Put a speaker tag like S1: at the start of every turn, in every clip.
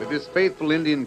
S1: With his faithful Indian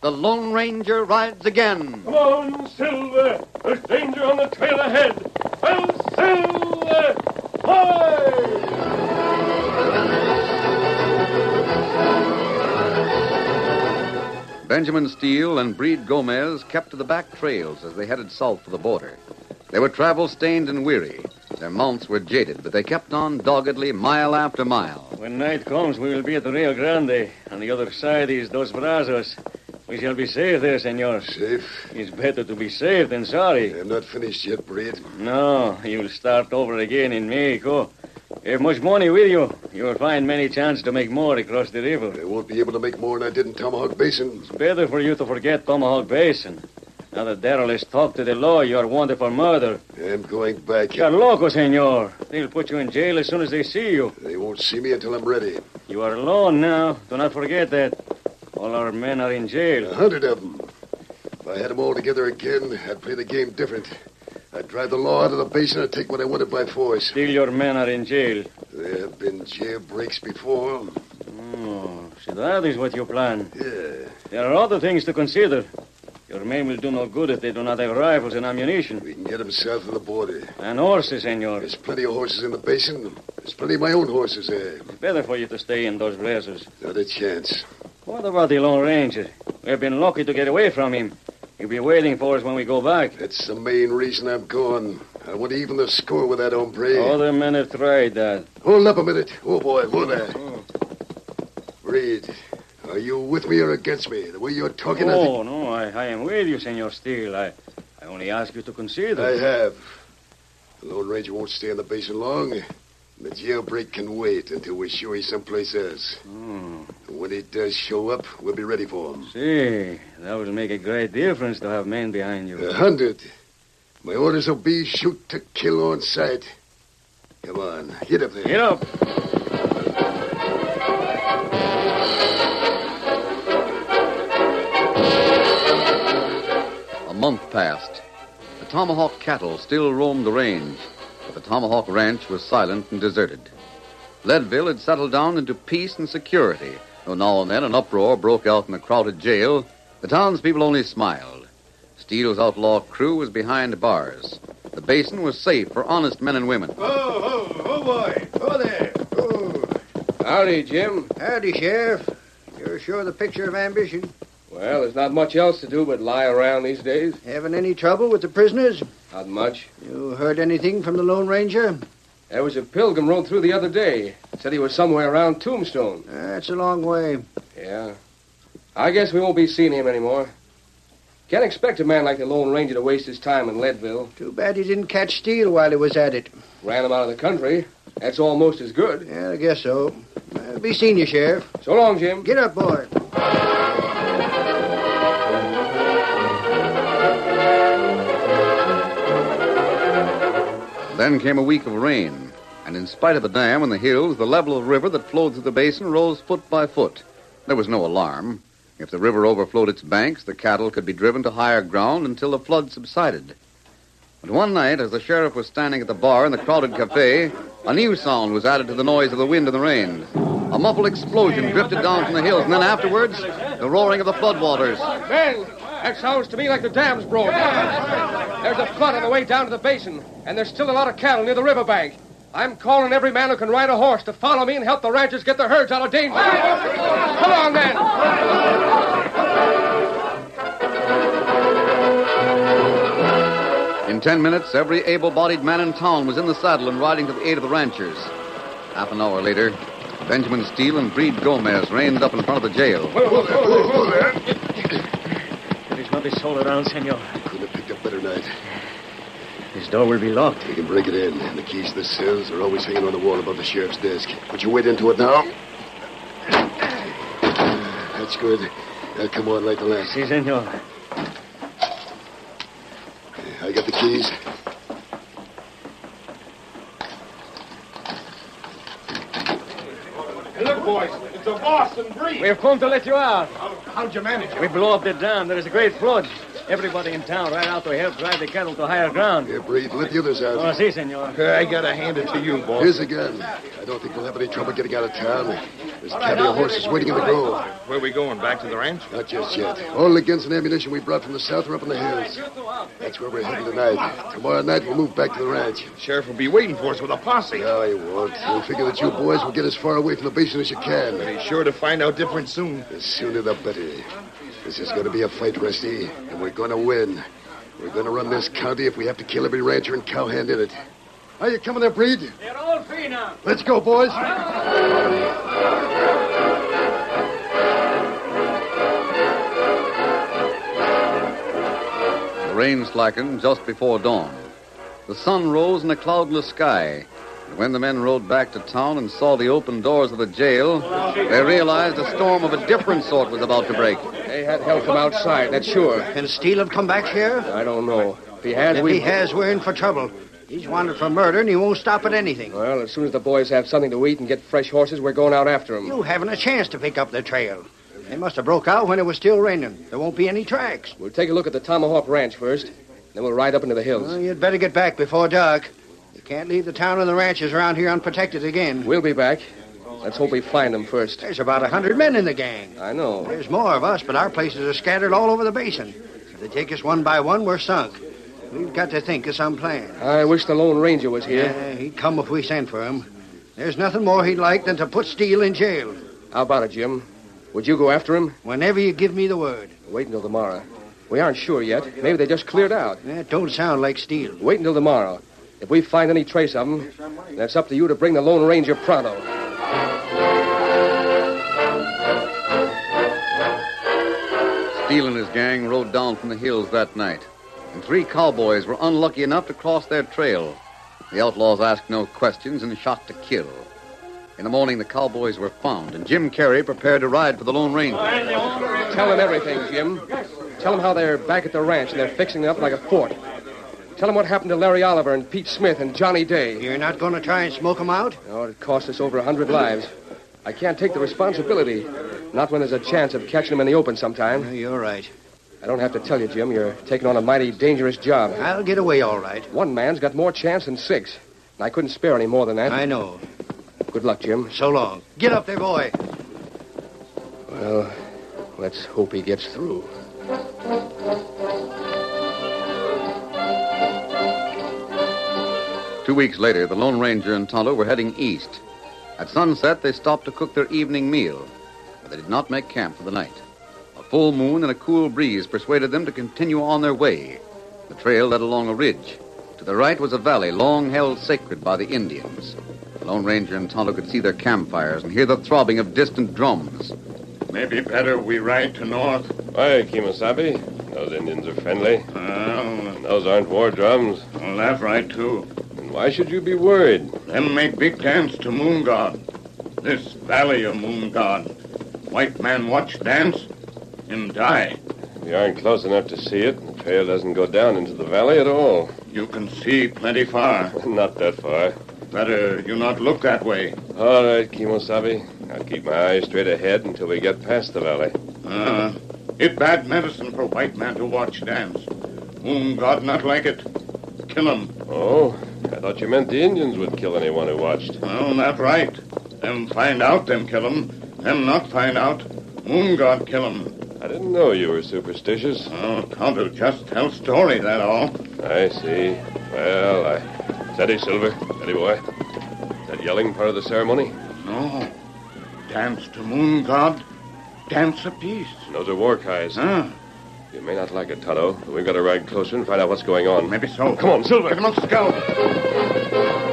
S1: The Lone Ranger rides again.
S2: Come on, Silver! There's danger on the trail ahead! Hail Silver! Away!
S1: Benjamin Steele and Breed Gomez kept to the back trails as they headed south for the border. They were travel stained and weary. Their mounts were jaded, but they kept on doggedly mile after mile.
S3: When night comes, we will be at the Rio Grande. On the other side is Dos Brazos. We shall be safe there, senors.
S4: Safe?
S3: It's better to be safe than sorry.
S4: I'm not finished yet, Breed.
S3: No, you'll start over again in Mexico. You have much money with you. You will find many chance to make more across the river.
S4: I won't be able to make more than I did in Tomahawk Basin.
S3: Better for you to forget Tomahawk Basin. Now that Darrell has talked to the law, you are wanted for murder.
S4: I'm going back.
S3: You are loco, senor. They'll put you in jail as soon as they see you.
S4: They won't see me until I'm ready.
S3: You are alone now. Do not forget that. All our men are in jail.
S4: A hundred of them. If I had them all together again, I'd play the game different. I'd drive the law out of the basin and take what I wanted by force.
S3: Still, your men are in jail.
S4: There have been jailbreaks before.
S3: Oh, so that is what you plan.
S4: Yeah,
S3: There are other things to consider. Your men will do no good if they do not have rifles and ammunition.
S4: we can get them south of the border.
S3: And horses, senor.
S4: There's plenty of horses in the basin. There's plenty of my own horses there.
S3: It's better for you to stay in those blazes.
S4: Not a chance.
S3: What about the Lone Ranger? We have been lucky to get away from him. He'll be waiting for us when we go back.
S4: That's the main reason I'm gone. I want to even the score with that hombre.
S3: Other men have tried that.
S4: Hold up a minute. Oh, boy, hold that. Reed, are you with me or against me? The way you're talking, I think
S3: Oh, no, I, I am with you, Senor Steele. I, I only ask you to
S4: I
S3: consider.
S4: have. The Lone Ranger won't stay in the basin long. The jailbreak can wait until we're sure he's someplace else.
S3: Hmm.
S4: And when he does show up, we'll be ready for him.
S3: See, that will make a great difference to have men behind you.
S4: A
S5: Uh-huh.
S4: hundred. My orders will be shoot to kill on sight. Come on, get up there.
S3: Get up.
S1: A month passed. The Tomahawk cattle still roamed the range, but the Tomahawk ranch was silent and deserted. Leadville had settled down into peace and security, Though now and then an uproar broke out in the crowded jail, the townspeople only smiled. Steele's outlaw crew was behind bars. The basin was safe for honest men and women.
S6: Oh, oh, oh, boy. Oh, there. Oh.
S5: Howdy, Jim.
S6: Howdy, Sheriff. You're sure the picture of ambition?
S5: Well, there's not much else to do but lie around these days.
S6: Having any trouble with the prisoners?
S5: Not much.
S6: You heard anything from the Lone Ranger?
S5: There was a pilgrim rode through the other day. Said he was somewhere around Tombstone.
S6: That's a long way.
S5: Yeah. I guess we won't be seeing him anymore. Can't expect a man like the Lone Ranger to waste his time in Leadville.
S6: Too bad he didn't catch Steele while he was at it.
S5: Ran him out of the country. That's almost as good.
S6: Yeah, I guess so. Uh, be seeing you, Sheriff.
S5: So long, Jim.
S6: Get up, boy.
S1: Then came a week of rain, and in spite of the dam and the hills, the level of the river that flowed through the basin rose foot by foot. There was no alarm. If the river overflowed its banks, the cattle could be driven to higher ground until the flood subsided. But one night, as the sheriff was standing at the bar in the crowded cafe, a new sound was added to the noise of the wind and the rain. A muffled explosion drifted down from the hills, and then afterwards, the roaring of the floodwaters.
S5: Ben, that sounds to me like the dam's broke. There's a flood on the way down to the basin, and there's still a lot of cattle near the riverbank. I'm calling every man who can ride a horse to follow me and help the ranchers get their herds out of danger. Come on, then.
S1: In ten minutes, every able bodied man in town was in the saddle and riding to the aid of the ranchers. Half an hour later, Benjamin Steele and Breed Gomez reined up in front of the jail.
S3: There is not a soul around, senor.
S4: Couldn't have picked a better night.
S3: This door will be locked.
S4: We can break it in. And the keys to the cells are always hanging on the wall above the sheriff's desk. Put your weight into it now. That's good. Now come on, light the lamp.
S3: Si, senor.
S4: I got the keys.
S2: Look, boys, it's a Boston breeze.
S3: We've come to let you out.
S2: How'd you manage it?
S3: We blow up the dam. There is a great flood. Everybody in town ran out to help drive the cattle to higher ground.
S4: Here, breathe. Let the others
S3: Oh,
S4: out.
S3: si, senor.
S2: Uh, I gotta hand it to you, boys.
S4: Here's the gun. I don't think we'll have any trouble getting out of town. There's a caddy of horses waiting in the grove.
S2: Where we going? Back to the ranch?
S4: Not just yet. All the guns and ammunition we brought from the south are up in the hills. That's where we're heading tonight. Tomorrow night we'll move back to the ranch.
S2: Sheriff will be waiting for us with a posse. Uh,
S4: No, you won't. We'll figure that you boys will get as far away from the basin as you can.
S2: Be sure to find out different soon.
S4: The sooner the better. This is going to be a fight, Rusty, and we're going to win. We're going to run this county if we have to kill every rancher and cowhand in it. Are you coming there, Breed?
S3: They're all free now.
S4: Let's go, boys.
S1: The rain slackened just before dawn. The sun rose in a cloudless sky. And when the men rode back to town and saw the open doors of the jail, they realized a storm of a different sort was about to break.
S5: They had help from outside, that's sure.
S6: Can Steele have come back, Sheriff?
S5: I don't know. If he has,
S6: If
S5: we...
S6: he has, we're in for trouble. He's wanted for murder, and he won't stop at anything.
S5: Well, as soon as the boys have something to eat and get fresh horses, we're going out after him.
S6: You haven't a chance to pick up the trail. They must have broke out when it was still raining. There won't be any tracks.
S5: We'll take a look at the Tomahawk Ranch first, then we'll ride up into the hills.
S6: Well, you'd better get back before dark. You can't leave the town and the ranches around here unprotected again.
S5: We'll be back. Let's hope we find them first.
S6: There's about a hundred men in the gang.
S5: I know.
S6: There's more of us, but our places are scattered all over the basin. If they take us one by one, we're sunk. We've got to think of some plan.
S5: I wish the Lone Ranger was here.
S6: Uh, he'd come if we sent for him. There's nothing more he'd like than to put Steele in jail.
S5: How about it, Jim? Would you go after him?
S6: Whenever you give me the word.
S5: Wait until tomorrow. We aren't sure yet. Maybe they just cleared out.
S6: That don't sound like Steele.
S5: Wait until tomorrow. If we find any trace of them, that's up to you to bring the Lone Ranger pronto.
S1: Steele and his gang rode down from the hills that night, and three cowboys were unlucky enough to cross their trail. The outlaws asked no questions and shot to kill. In the morning, the cowboys were found, and Jim Carey prepared to ride for the Lone Ranger.
S5: Tell them everything, Jim. Tell them how they're back at the ranch and they're fixing it up like a fort. Tell them what happened to Larry Oliver and Pete Smith and Johnny Day.
S6: You're not going to try and smoke him out?
S5: Oh, it cost us over a hundred lives. I can't take the responsibility. Not when there's a chance of catching them in the open sometime.
S6: Uh, You're right.
S5: I don't have to tell you, Jim. You're taking on a mighty dangerous job.
S6: I'll get away all right.
S5: One man's got more chance than six. And I couldn't spare any more than that.
S6: I know.
S5: Good luck, Jim.
S6: So long. Get up there, boy.
S4: Well, let's hope he gets through.
S1: Two weeks later, the Lone Ranger and Tonto were heading east. At sunset, they stopped to cook their evening meal, but they did not make camp for the night. A full moon and a cool breeze persuaded them to continue on their way. The trail led along a ridge. To the right was a valley long held sacred by the Indians. The Lone Ranger and Tonto could see their campfires and hear the throbbing of distant drums.
S7: Maybe better we ride to north.
S2: Why, Kemosabe? Those Indians are friendly.
S7: Well,
S2: And those aren't war drums.
S7: well, that's right, too.
S2: And why should you be worried?
S7: Them make big dance to Moon God. This valley of Moon God. White man watch dance, him die.
S2: We aren't close enough to see it, and the trail doesn't go down into the valley at all.
S7: You can see plenty far.
S2: Not that far.
S7: Better you not look that way.
S2: All right, Kemosabe. I'll keep my eyes straight ahead until we get past the valley.
S7: Uh, it bad medicine for white man to watch dance. Moon God not like it. Kill him.
S2: Oh, I thought you meant the Indians would kill anyone who watched.
S7: Well, that right. Them find out, them kill him. Them not find out. Moon God kill him.
S2: I didn't know you were superstitious.
S7: Oh, Tonto just tell story, that all.
S2: I see. Well, I. Steady, Silver. Steady, boy. That yelling part of the ceremony?
S7: No. Dance to moon god. Dance a piece.
S2: And those are war cries.
S7: Huh?
S2: You may not like it, Tonto, but we've got to ride closer and find out what's going on.
S7: Maybe so.
S2: Come on, Silver.
S7: Get amongst the scouts.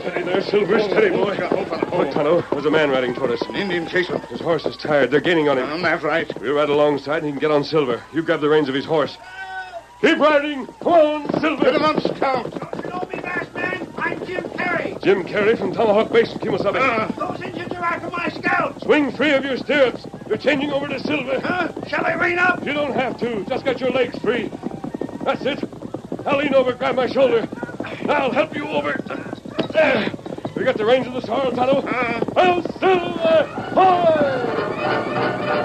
S2: Steady there, Silver. Steady, boy. Look, Tonto. Oh. There's a man riding toward us.
S7: An Indian chase him.
S2: His horse is tired. They're gaining on him.
S7: Um, that's right.
S2: We'll ride alongside and he can get on Silver. You grab the reins of his horse. Keep riding. Come on,
S7: Get
S2: Silver.
S7: amongst the scouts.
S8: Don't you know me, masked man? I'm Jim Perry.
S2: Jim Carrey from Tomahawk Basin, Kemosabe.
S7: Uh,
S8: Those engines are after my scouts.
S2: Swing free of your stirrups. You're changing over to Silver.
S7: Ah.
S8: Huh? Uh, Shall I rein up?
S2: You don't have to. Just get your legs free. That's it. Now lean over, grab my shoulder. I'll help you over. There. We got the reins of the sorrel, Tonto. I'll Silver. Boy!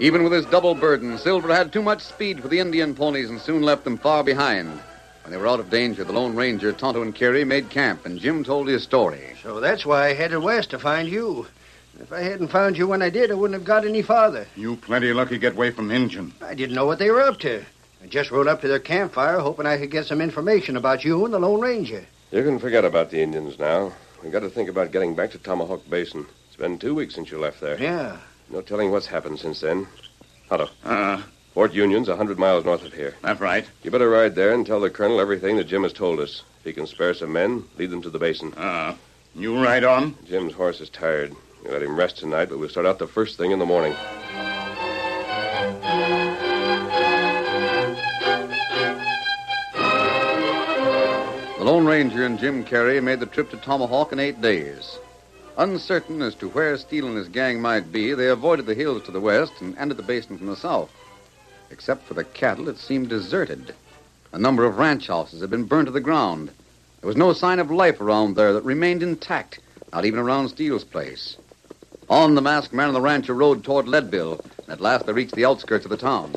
S1: Even with his double burden, Silver had too much speed for the Indian ponies and soon left them far behind. When they were out of danger, the Lone Ranger, Tonto, and Kerry made camp, and Jim told his story.
S6: So that's why I headed west to find you. If I hadn't found you when I did, I wouldn't have got any farther.
S7: you plenty lucky get away from Injun.
S6: I didn't know what they were up to. I just rode up to their campfire hoping I could get some information about you and the Lone Ranger.
S2: You can forget about the Indians now. We've got to think about getting back to Tomahawk Basin. It's been two weeks since you left there.
S6: Yeah.
S2: No telling what's happened since then.
S7: Uh,
S2: Fort Union's a hundred miles north of here.
S7: that's right.
S2: You better ride there and tell the colonel everything that Jim has told us. If he can spare some men, lead them to the basin.
S7: Uh, you ride on.
S2: Jim's horse is tired. You let him rest tonight, but we'll start out the first thing in the morning.
S1: The Lone Ranger and Jim Carrey made the trip to Tomahawk in eight days. Uncertain as to where Steele and his gang might be, they avoided the hills to the west and entered the basin from the south. Except for the cattle, it seemed deserted. A number of ranch houses had been burned to the ground. There was no sign of life around there that remained intact, not even around Steele's place. On the masked man and the rancher rode toward Leadville, and at last they reached the outskirts of the town.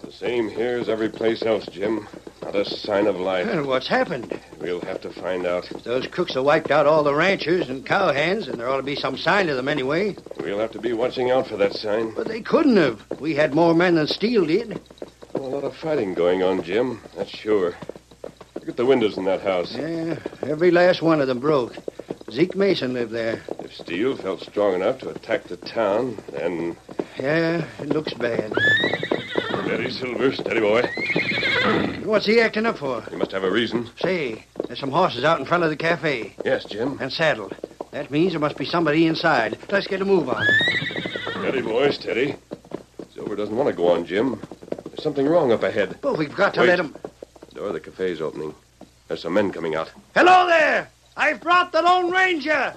S2: The same here as every place else, Jim. Not a sign of life.
S6: Well, what's happened?
S2: We'll have to find out.
S6: Those cooks have wiped out all the ranchers and cowhands, and there ought to be some sign of them anyway.
S2: We'll have to be watching out for that sign.
S6: But they couldn't have. We had more men than Steele did.
S2: A lot of fighting going on, Jim. That's sure. Look at the windows in that house.
S6: Yeah, every last one of them broke. Zeke Mason lived there.
S2: If Steele felt strong enough to attack the town, then.
S6: Yeah, it looks bad.
S2: Steady, Silver. Steady, boy.
S6: What's he acting up for?
S2: You must have a reason.
S6: Say, there's some horses out in front of the cafe
S2: Yes, Jim.
S6: and saddled. That means there must be somebody inside. Let's get a move on.
S2: Steady, boy. Steady. Silver doesn't want to go on, Jim. There's something wrong up ahead.
S6: Well, we've got to
S2: Wait.
S6: let him.
S2: The door of the cafe's opening. There's some men coming out.
S6: Hello there! I've brought the Lone Ranger!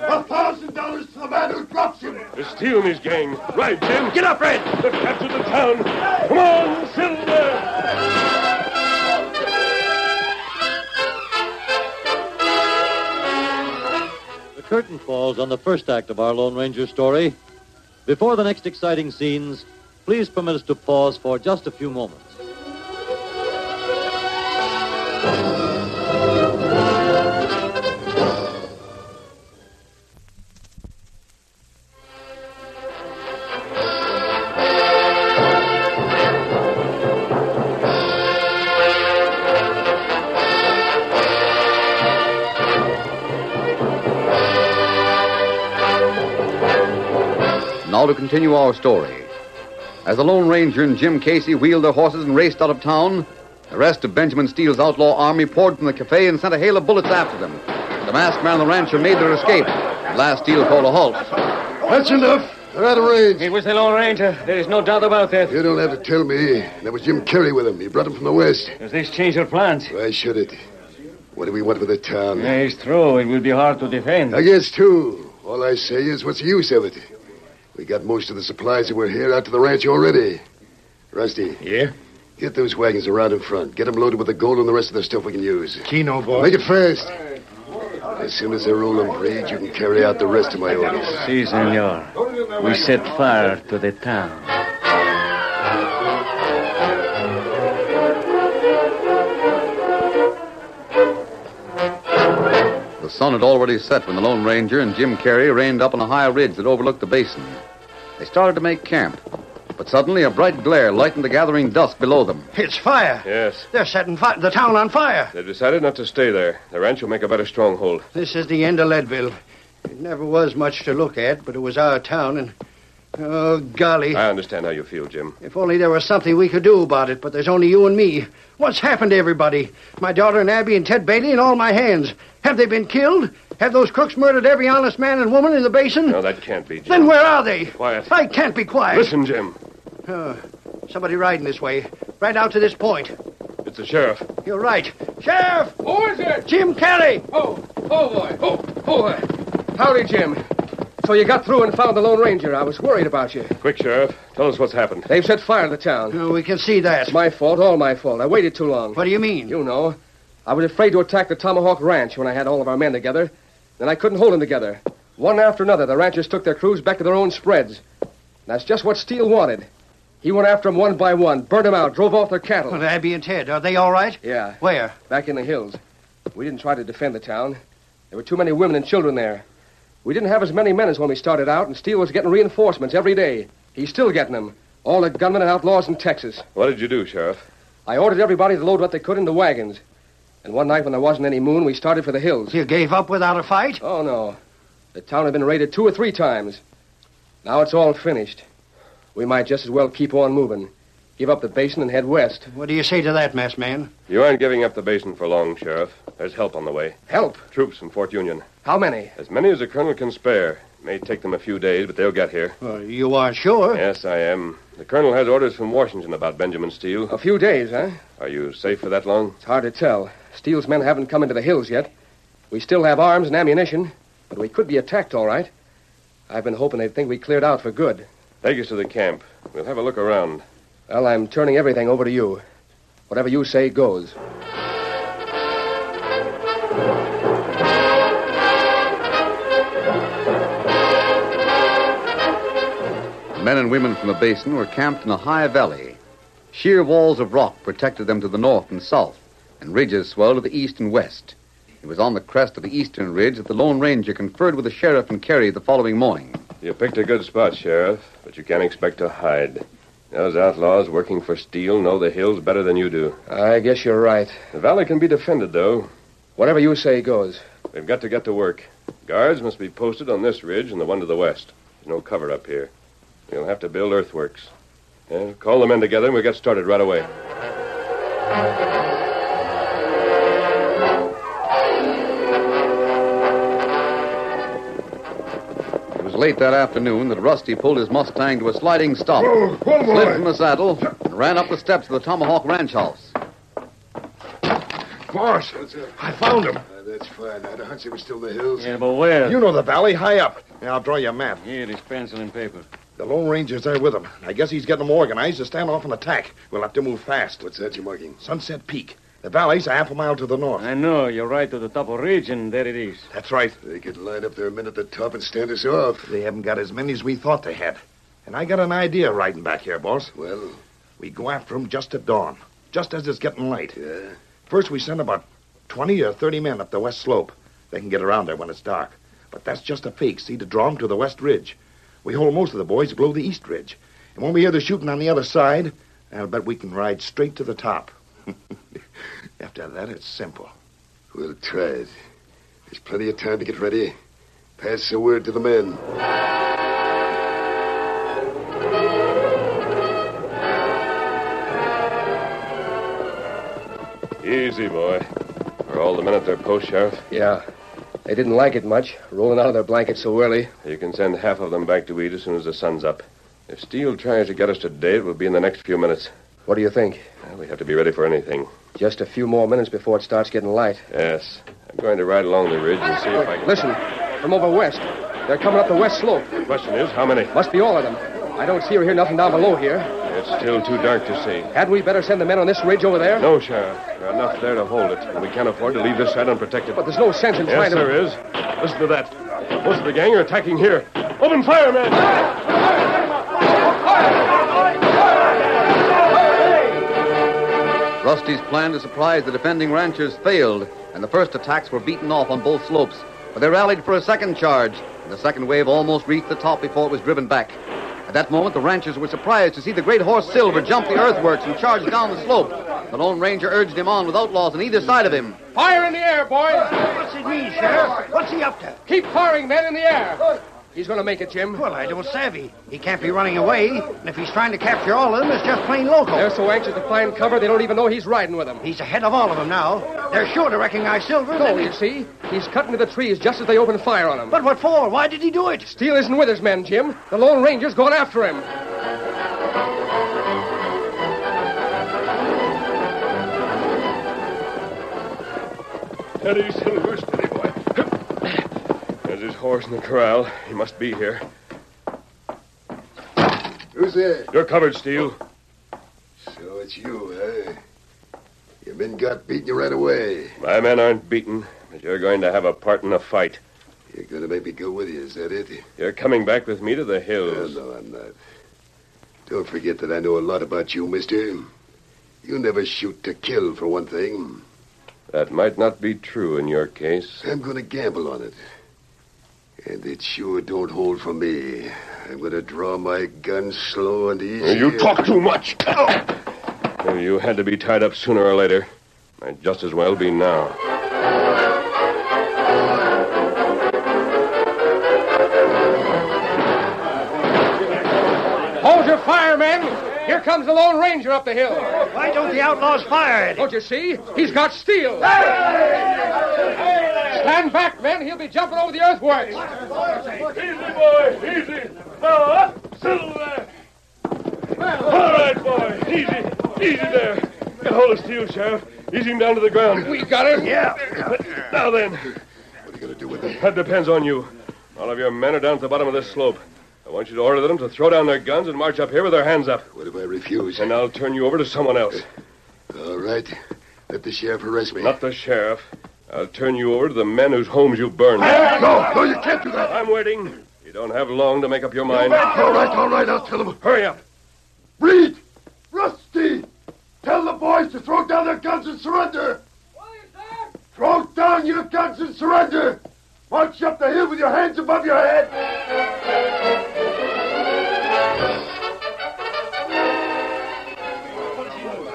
S4: A thousand dollars to the man who drops him.
S2: They're stealing his gang. Right, Jim.
S6: Get up, Red!
S2: They've captured the town. Come on, Silver.
S9: The curtain falls on the first act of our Lone Ranger story. Before the next exciting scenes, please permit us to pause for just a few moments.
S1: Now to continue our story. As the Lone Ranger and Jim Casey wheeled their horses and raced out of town, the rest of Benjamin Steele's outlaw army poured from the cafe and sent a hail of bullets after them. The masked man and the rancher made their escape. At last Steele called a halt.
S4: That's enough. They're out of range.
S3: It was the Lone Ranger. There is no doubt about that.
S4: You don't have to tell me. There was Jim Carrey with him. He brought him from the west.
S3: Does this change your plans?
S4: Why should it? What do we want with the town?
S3: Yeah, it's true. It will be hard to defend.
S2: Uh,
S4: I guess, too. All I say is, what's the use of it? We got most of the supplies that were here out to the ranch already. Rusty.
S10: Yeah?
S4: Get those wagons around in front. Get them loaded with the gold and the rest of the stuff we can use.
S10: Kino, boy.
S4: Make it fast. As soon as they're all in parade, you can carry out the rest of my orders.
S3: Si,
S2: uh,
S3: senor. We set fire to the town.
S1: The sun had already set when the Lone Ranger and Jim Carrey reined up on a high ridge that overlooked the basin. They started to make camp, but suddenly a bright glare lightened the gathering dusk below them.
S6: It's fire.
S2: Yes.
S6: They're setting fi- the town on fire.
S2: They've decided not to stay there. The ranch will make a better stronghold.
S6: This is the end of Leadville. It never was much to look at, but it was our town, and. Oh, golly.
S2: I understand how you feel, Jim.
S6: If only there was something we could do about it, but there's only you and me. What's happened to everybody? My daughter and Abby and Ted Bailey and all my hands. Have they been killed? Have those crooks murdered every honest man and woman in the basin?
S2: No, that can't be, Jim.
S6: Then where are they?
S2: Quiet.
S6: I can't be quiet.
S2: Listen, Jim.
S6: Oh, somebody riding this way. Right out to this point.
S2: It's the sheriff.
S6: You're right. Sheriff!
S5: Who is it?
S6: Jim Kelly!
S5: Oh, oh boy, oh, oh boy. Howdy, Jim. So you got through and found the Lone Ranger. I was worried about you.
S2: Quick, Sheriff. Tell us what's happened.
S5: They've set fire to the town.
S6: Oh, we can see that.
S5: It's my fault, all my fault. I waited too long.
S6: What do you mean?
S5: You know, I was afraid to attack the Tomahawk Ranch when I had all of our men together. Then I couldn't hold them together. One after another, the ranchers took their crews back to their own spreads. That's just what Steele wanted. He went after them one by one, burned them out, drove off their cattle.
S6: Well, Abby and Ted, are they all right?
S5: Yeah,
S6: Where?
S5: back in the hills. We didn't try to defend the town. There were too many women and children there. We didn't have as many men as when we started out, and Steele was getting reinforcements every day. He's still getting them. All the gunmen and outlaws in Texas.
S2: What did you do, Sheriff?
S5: I ordered everybody to load what they could into wagons. And one night when there wasn't any moon, we started for the hills.
S6: You gave up without a fight?
S5: Oh, no. The town had been raided two or three times. Now it's all finished. We might just as well keep on moving. Give up the basin and head west.
S6: What do you say to that, masked man?
S2: You aren't giving up the basin for long, Sheriff. There's help on the way.
S5: Help!
S2: Troops from Fort Union.
S5: How many?
S2: As many as the colonel can spare. It may take them a few days, but they'll get here.
S6: Well, Uh, you aren't sure.
S2: Yes, I am. The colonel has orders from Washington about Benjamin Steele.
S5: A few days, huh?
S2: Are you safe for that long?
S5: It's hard to tell. Steele's men haven't come into the hills yet. We still have arms and ammunition, but we could be attacked, all right. I've been hoping they'd think we cleared out for good.
S2: Take us to the camp. We'll have a look around.
S5: Well, I'm turning everything over to you. Whatever you say goes.
S1: The men and women from the basin were camped in a high valley. Sheer walls of rock protected them to the north and south, and ridges swelled to the east and west. It was on the crest of the eastern ridge that the Lone Ranger conferred with the sheriff and Carey the following morning.
S2: You picked a good spot, Sheriff, but you can't expect to hide. Those outlaws working for Steele know the hills better than you do.
S5: I guess you're right.
S2: The valley can be defended, though.
S5: Whatever you say goes.
S2: We've got to get to work. Guards must be posted on this ridge and the one to the west. There's no cover up here. We'll have to build earthworks. Yeah, call the men together and we'll get started right away.
S1: It was late that afternoon that Rusty pulled his Mustang to a sliding stop,
S7: Whoa, whoa, boy.
S1: slid from the saddle, and ran up the steps of the Tomahawk Ranch house.
S7: Boss, I found him.
S4: Uh, that's fine. I had a hunch they were still in the hills.
S3: Yeah, but where?
S7: You know the valley, high up. Now, I'll draw you a map.
S3: Here, this pencil and paper.
S7: The Lone Ranger's there with him. I guess he's getting them organized to stand off an attack. We'll have to move fast.
S4: What's that you're marking?
S7: Sunset Peak. The valley's a half a mile to the north.
S3: I know. You're right to the top of ridge, and there it is.
S7: That's right.
S4: They could line up their men at the top and stand us off.
S7: They haven't got as many as we thought they had. And I got an idea riding back here, boss.
S4: Well,
S7: We go after 'em just at dawn, just as it's getting light.
S4: yeah.
S7: First, we send about 20 or 30 men up the west slope. They can get around there when it's dark. But that's just a fake, see, to draw 'em to the west ridge. We hold most of the boys below the east ridge. And when we hear the shooting on the other side, I'll bet we can ride straight to the top. After that, it's simple.
S4: We'll try it. There's plenty of time to get ready. Pass the word to the men.
S2: Easy, boy. Are all the men at their post, Sheriff?
S5: Yeah. They didn't like it much, rolling out of their blankets so early.
S2: You can send half of them back to eat as soon as the sun's up. If Steele tries to get us today, it will be in the next few minutes.
S5: What do you think?
S2: Well, we have to be ready for anything.
S5: Just a few more minutes before it starts getting light.
S2: Yes. I'm going to ride along the ridge and see if I can.
S5: Listen, from over west. They're coming up the west slope.
S2: The question is, how many?
S5: Must be all of them. I don't see or hear nothing down below here.
S2: It's still too dark to see.
S5: Hadn't we better send the men on this ridge over there?
S2: No, Sheriff. There are enough there to hold it, and we can't afford to leave this side unprotected.
S5: But there's no sense in trying
S2: Yes,
S5: to.
S2: there is. Listen to that. Most of the gang are attacking here. Open fire, men!
S1: Rusty's plan to surprise the defending ranchers failed, and the first attacks were beaten off on both slopes. But they rallied for a second charge, and the second wave almost reached the top before it was driven back. At that moment, the ranchers were surprised to see the great horse Silver jump the earthworks and charge down the slope. The Lone Ranger urged him on with outlaws on either side of him.
S5: Fire in the air, boys!
S8: What's it mean, Sheriff? What's he up to?
S5: Keep firing, men, in the air! He's going to make it, Jim.
S6: Well, I don't savvy. He can't be running away. And if he's trying to capture all of them, it's just plain local.
S5: They're so anxious to find cover, they don't even know he's riding with them.
S6: He's ahead of all of them now. They're sure to recognize Silver. and
S5: No,
S6: then
S5: you
S6: he-
S5: see, he's cutting to the trees just as they open fire on him.
S6: But what for? Why did he do it?
S5: Steele isn't with his men, Jim. The Lone Ranger's gone after him.
S2: Steady, Silver, steady, boy. There's his horse in the corral. He must be here.
S4: Who's there?
S2: You're covered, Steele.
S4: So it's you, eh? Your men got beat and you ran away.
S2: My men aren't beaten, but you're going to have a part in the fight.
S4: You're gonna make me go with you, is that it?
S2: You're coming back with me to the
S4: Oh,
S2: hills.
S4: no, I'm not. Don't forget that I know a lot about you, mister. You never shoot to kill, for one thing.
S2: That might not be true in your case.
S4: I'm gonna gamble on it. And it sure don't hold for me. I'm gonna draw my gun slow and easy.
S2: You talk too much. You had to be tied up sooner or later. Might just as well be now.
S5: Hold your fire, men! Here comes the Lone Ranger up the hill.
S6: Why don't the outlaws fire at him?
S5: Don't you see? He's got Steele. Stand back, men. He'll be jumping over the earthworks.
S2: Easy, boy, easy. Now up, Silver. All right, boy, easy, easy there. Get hold of Steele, Sheriff. Ease him down to the ground.
S5: We got him.
S2: Yeah. Now then,
S4: What are you gonna do with it?
S2: that depends on you. All of your men are down at the bottom of this slope. I want you to order them to throw down their guns and march up here with their hands up.
S4: What if I refuse?
S2: And I'll turn you over to someone else.
S4: All right. Let the sheriff arrest me.
S2: Not the sheriff. I'll turn you over to the men whose homes you burned.
S4: No, no, you can't do that.
S2: I'm waiting. You don't have long to make up your mind.
S4: All right, all right, I'll tell him.
S2: Hurry up.
S4: Reed! Rusty! Tell the boys to throw down their guns and surrender! Throw down your guns and surrender! March up the hill with your hands above your head!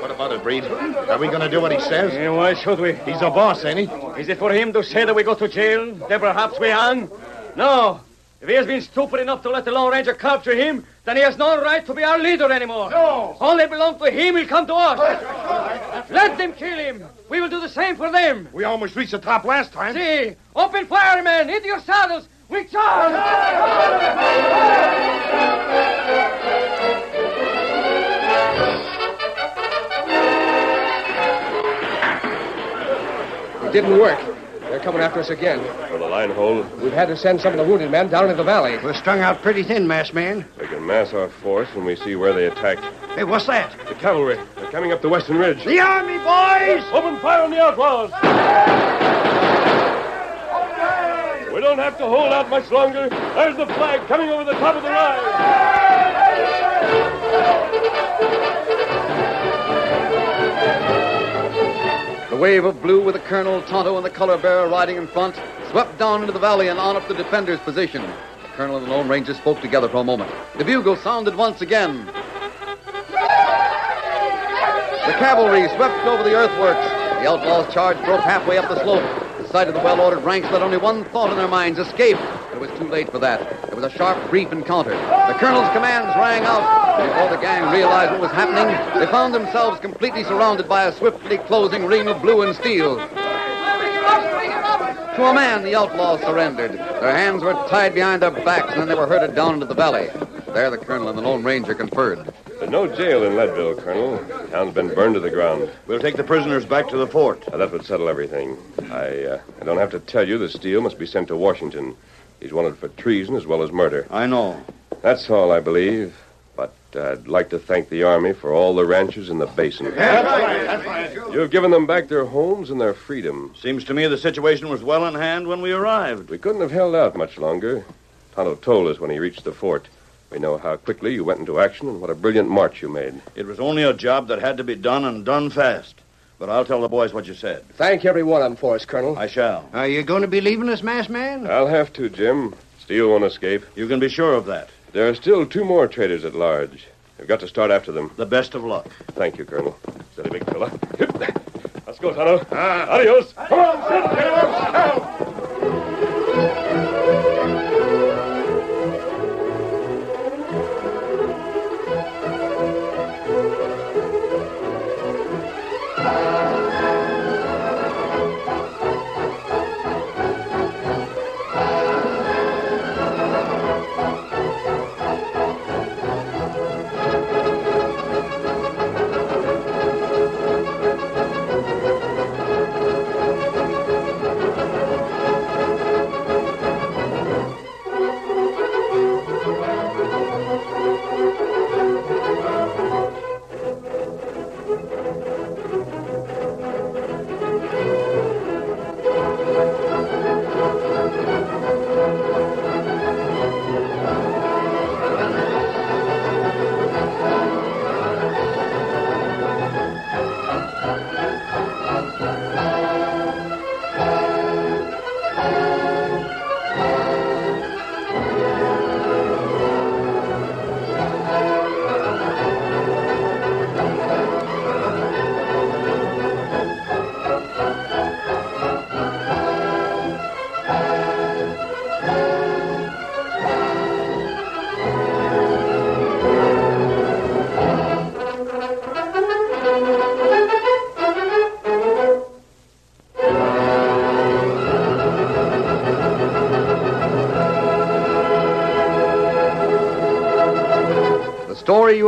S7: What about it, Breed? Are we gonna do what he says?
S3: Eh, why should we?
S7: He's a boss, ain't he?
S3: Is it for him to say that we go to jail? Then perhaps we hang? No. If he has been stupid enough to let the Lone Ranger capture him, then he has no right to be our leader anymore. No. All that belongs to him will come to us. Let them kill him. We will do the same for them.
S7: We almost reached the top last time.
S3: See, open fire, men. Into your saddles. We charge.
S5: It didn't work. They're coming after us again.
S2: For the line hold,
S5: We've had to send some of the wounded men down into the valley.
S6: We're strung out pretty thin, masked man.
S2: we can mass our force when we see where they attack.
S6: Hey, what's that?
S2: The cavalry. They're coming up the western ridge.
S6: The army, boys!
S2: Open fire on the outlaws. We don't have to hold out much longer. There's the flag coming over the top of the rise.
S1: The wave of blue with the colonel, Tonto, and the color bearer riding in front swept down into the valley and on up the defender's position. The colonel and the Lone Ranger spoke together for a moment. The bugle sounded once again. The cavalry swept over the earthworks. The outlaws' charge broke halfway up the slope. The sight of the well ordered ranks let only one thought in their minds escape. But it was too late for that. It was a sharp, brief encounter. The colonel's commands rang out. Before the gang realized what was happening, they found themselves completely surrounded by a swiftly closing ring of blue and steel. To a man, the outlaws surrendered. Their hands were tied behind their backs, and then they were herded down into the valley. There, the colonel and the Lone Ranger conferred.
S2: There's no jail in Leadville, Colonel. Town's been burned to the ground.
S10: We'll take the prisoners back to the fort.
S2: Uh, that would settle everything. I, uh, I don't have to tell you that Steele must be sent to Washington. He's wanted for treason as well as murder.
S10: I know.
S2: That's all, I believe. But uh, I'd like to thank the Army for all the ranchers in the basin.
S10: That's right.
S2: You've given them back their homes and their freedom.
S10: Seems to me the situation was well in hand when we arrived.
S2: We couldn't have held out much longer. Tonto told us when he reached the fort. We know how quickly you went into action and what a brilliant march you made.
S10: It was only a job that had to be done and done fast. But I'll tell the boys what you said.
S5: Thank every one of them for us, Colonel.
S10: I shall.
S6: Are you going to be leaving us, masked man?
S2: I'll have to, Jim. Steele won't escape.
S10: Hmm. You can be sure of that.
S2: There are still two more traitors at large. We've got to start after them.
S10: The best of luck.
S2: Thank you, Colonel. Steady, big fella. Hip. Let's go, Tonto.
S10: Ah.
S2: Adios. Come on, Sid. Get along.
S1: The story you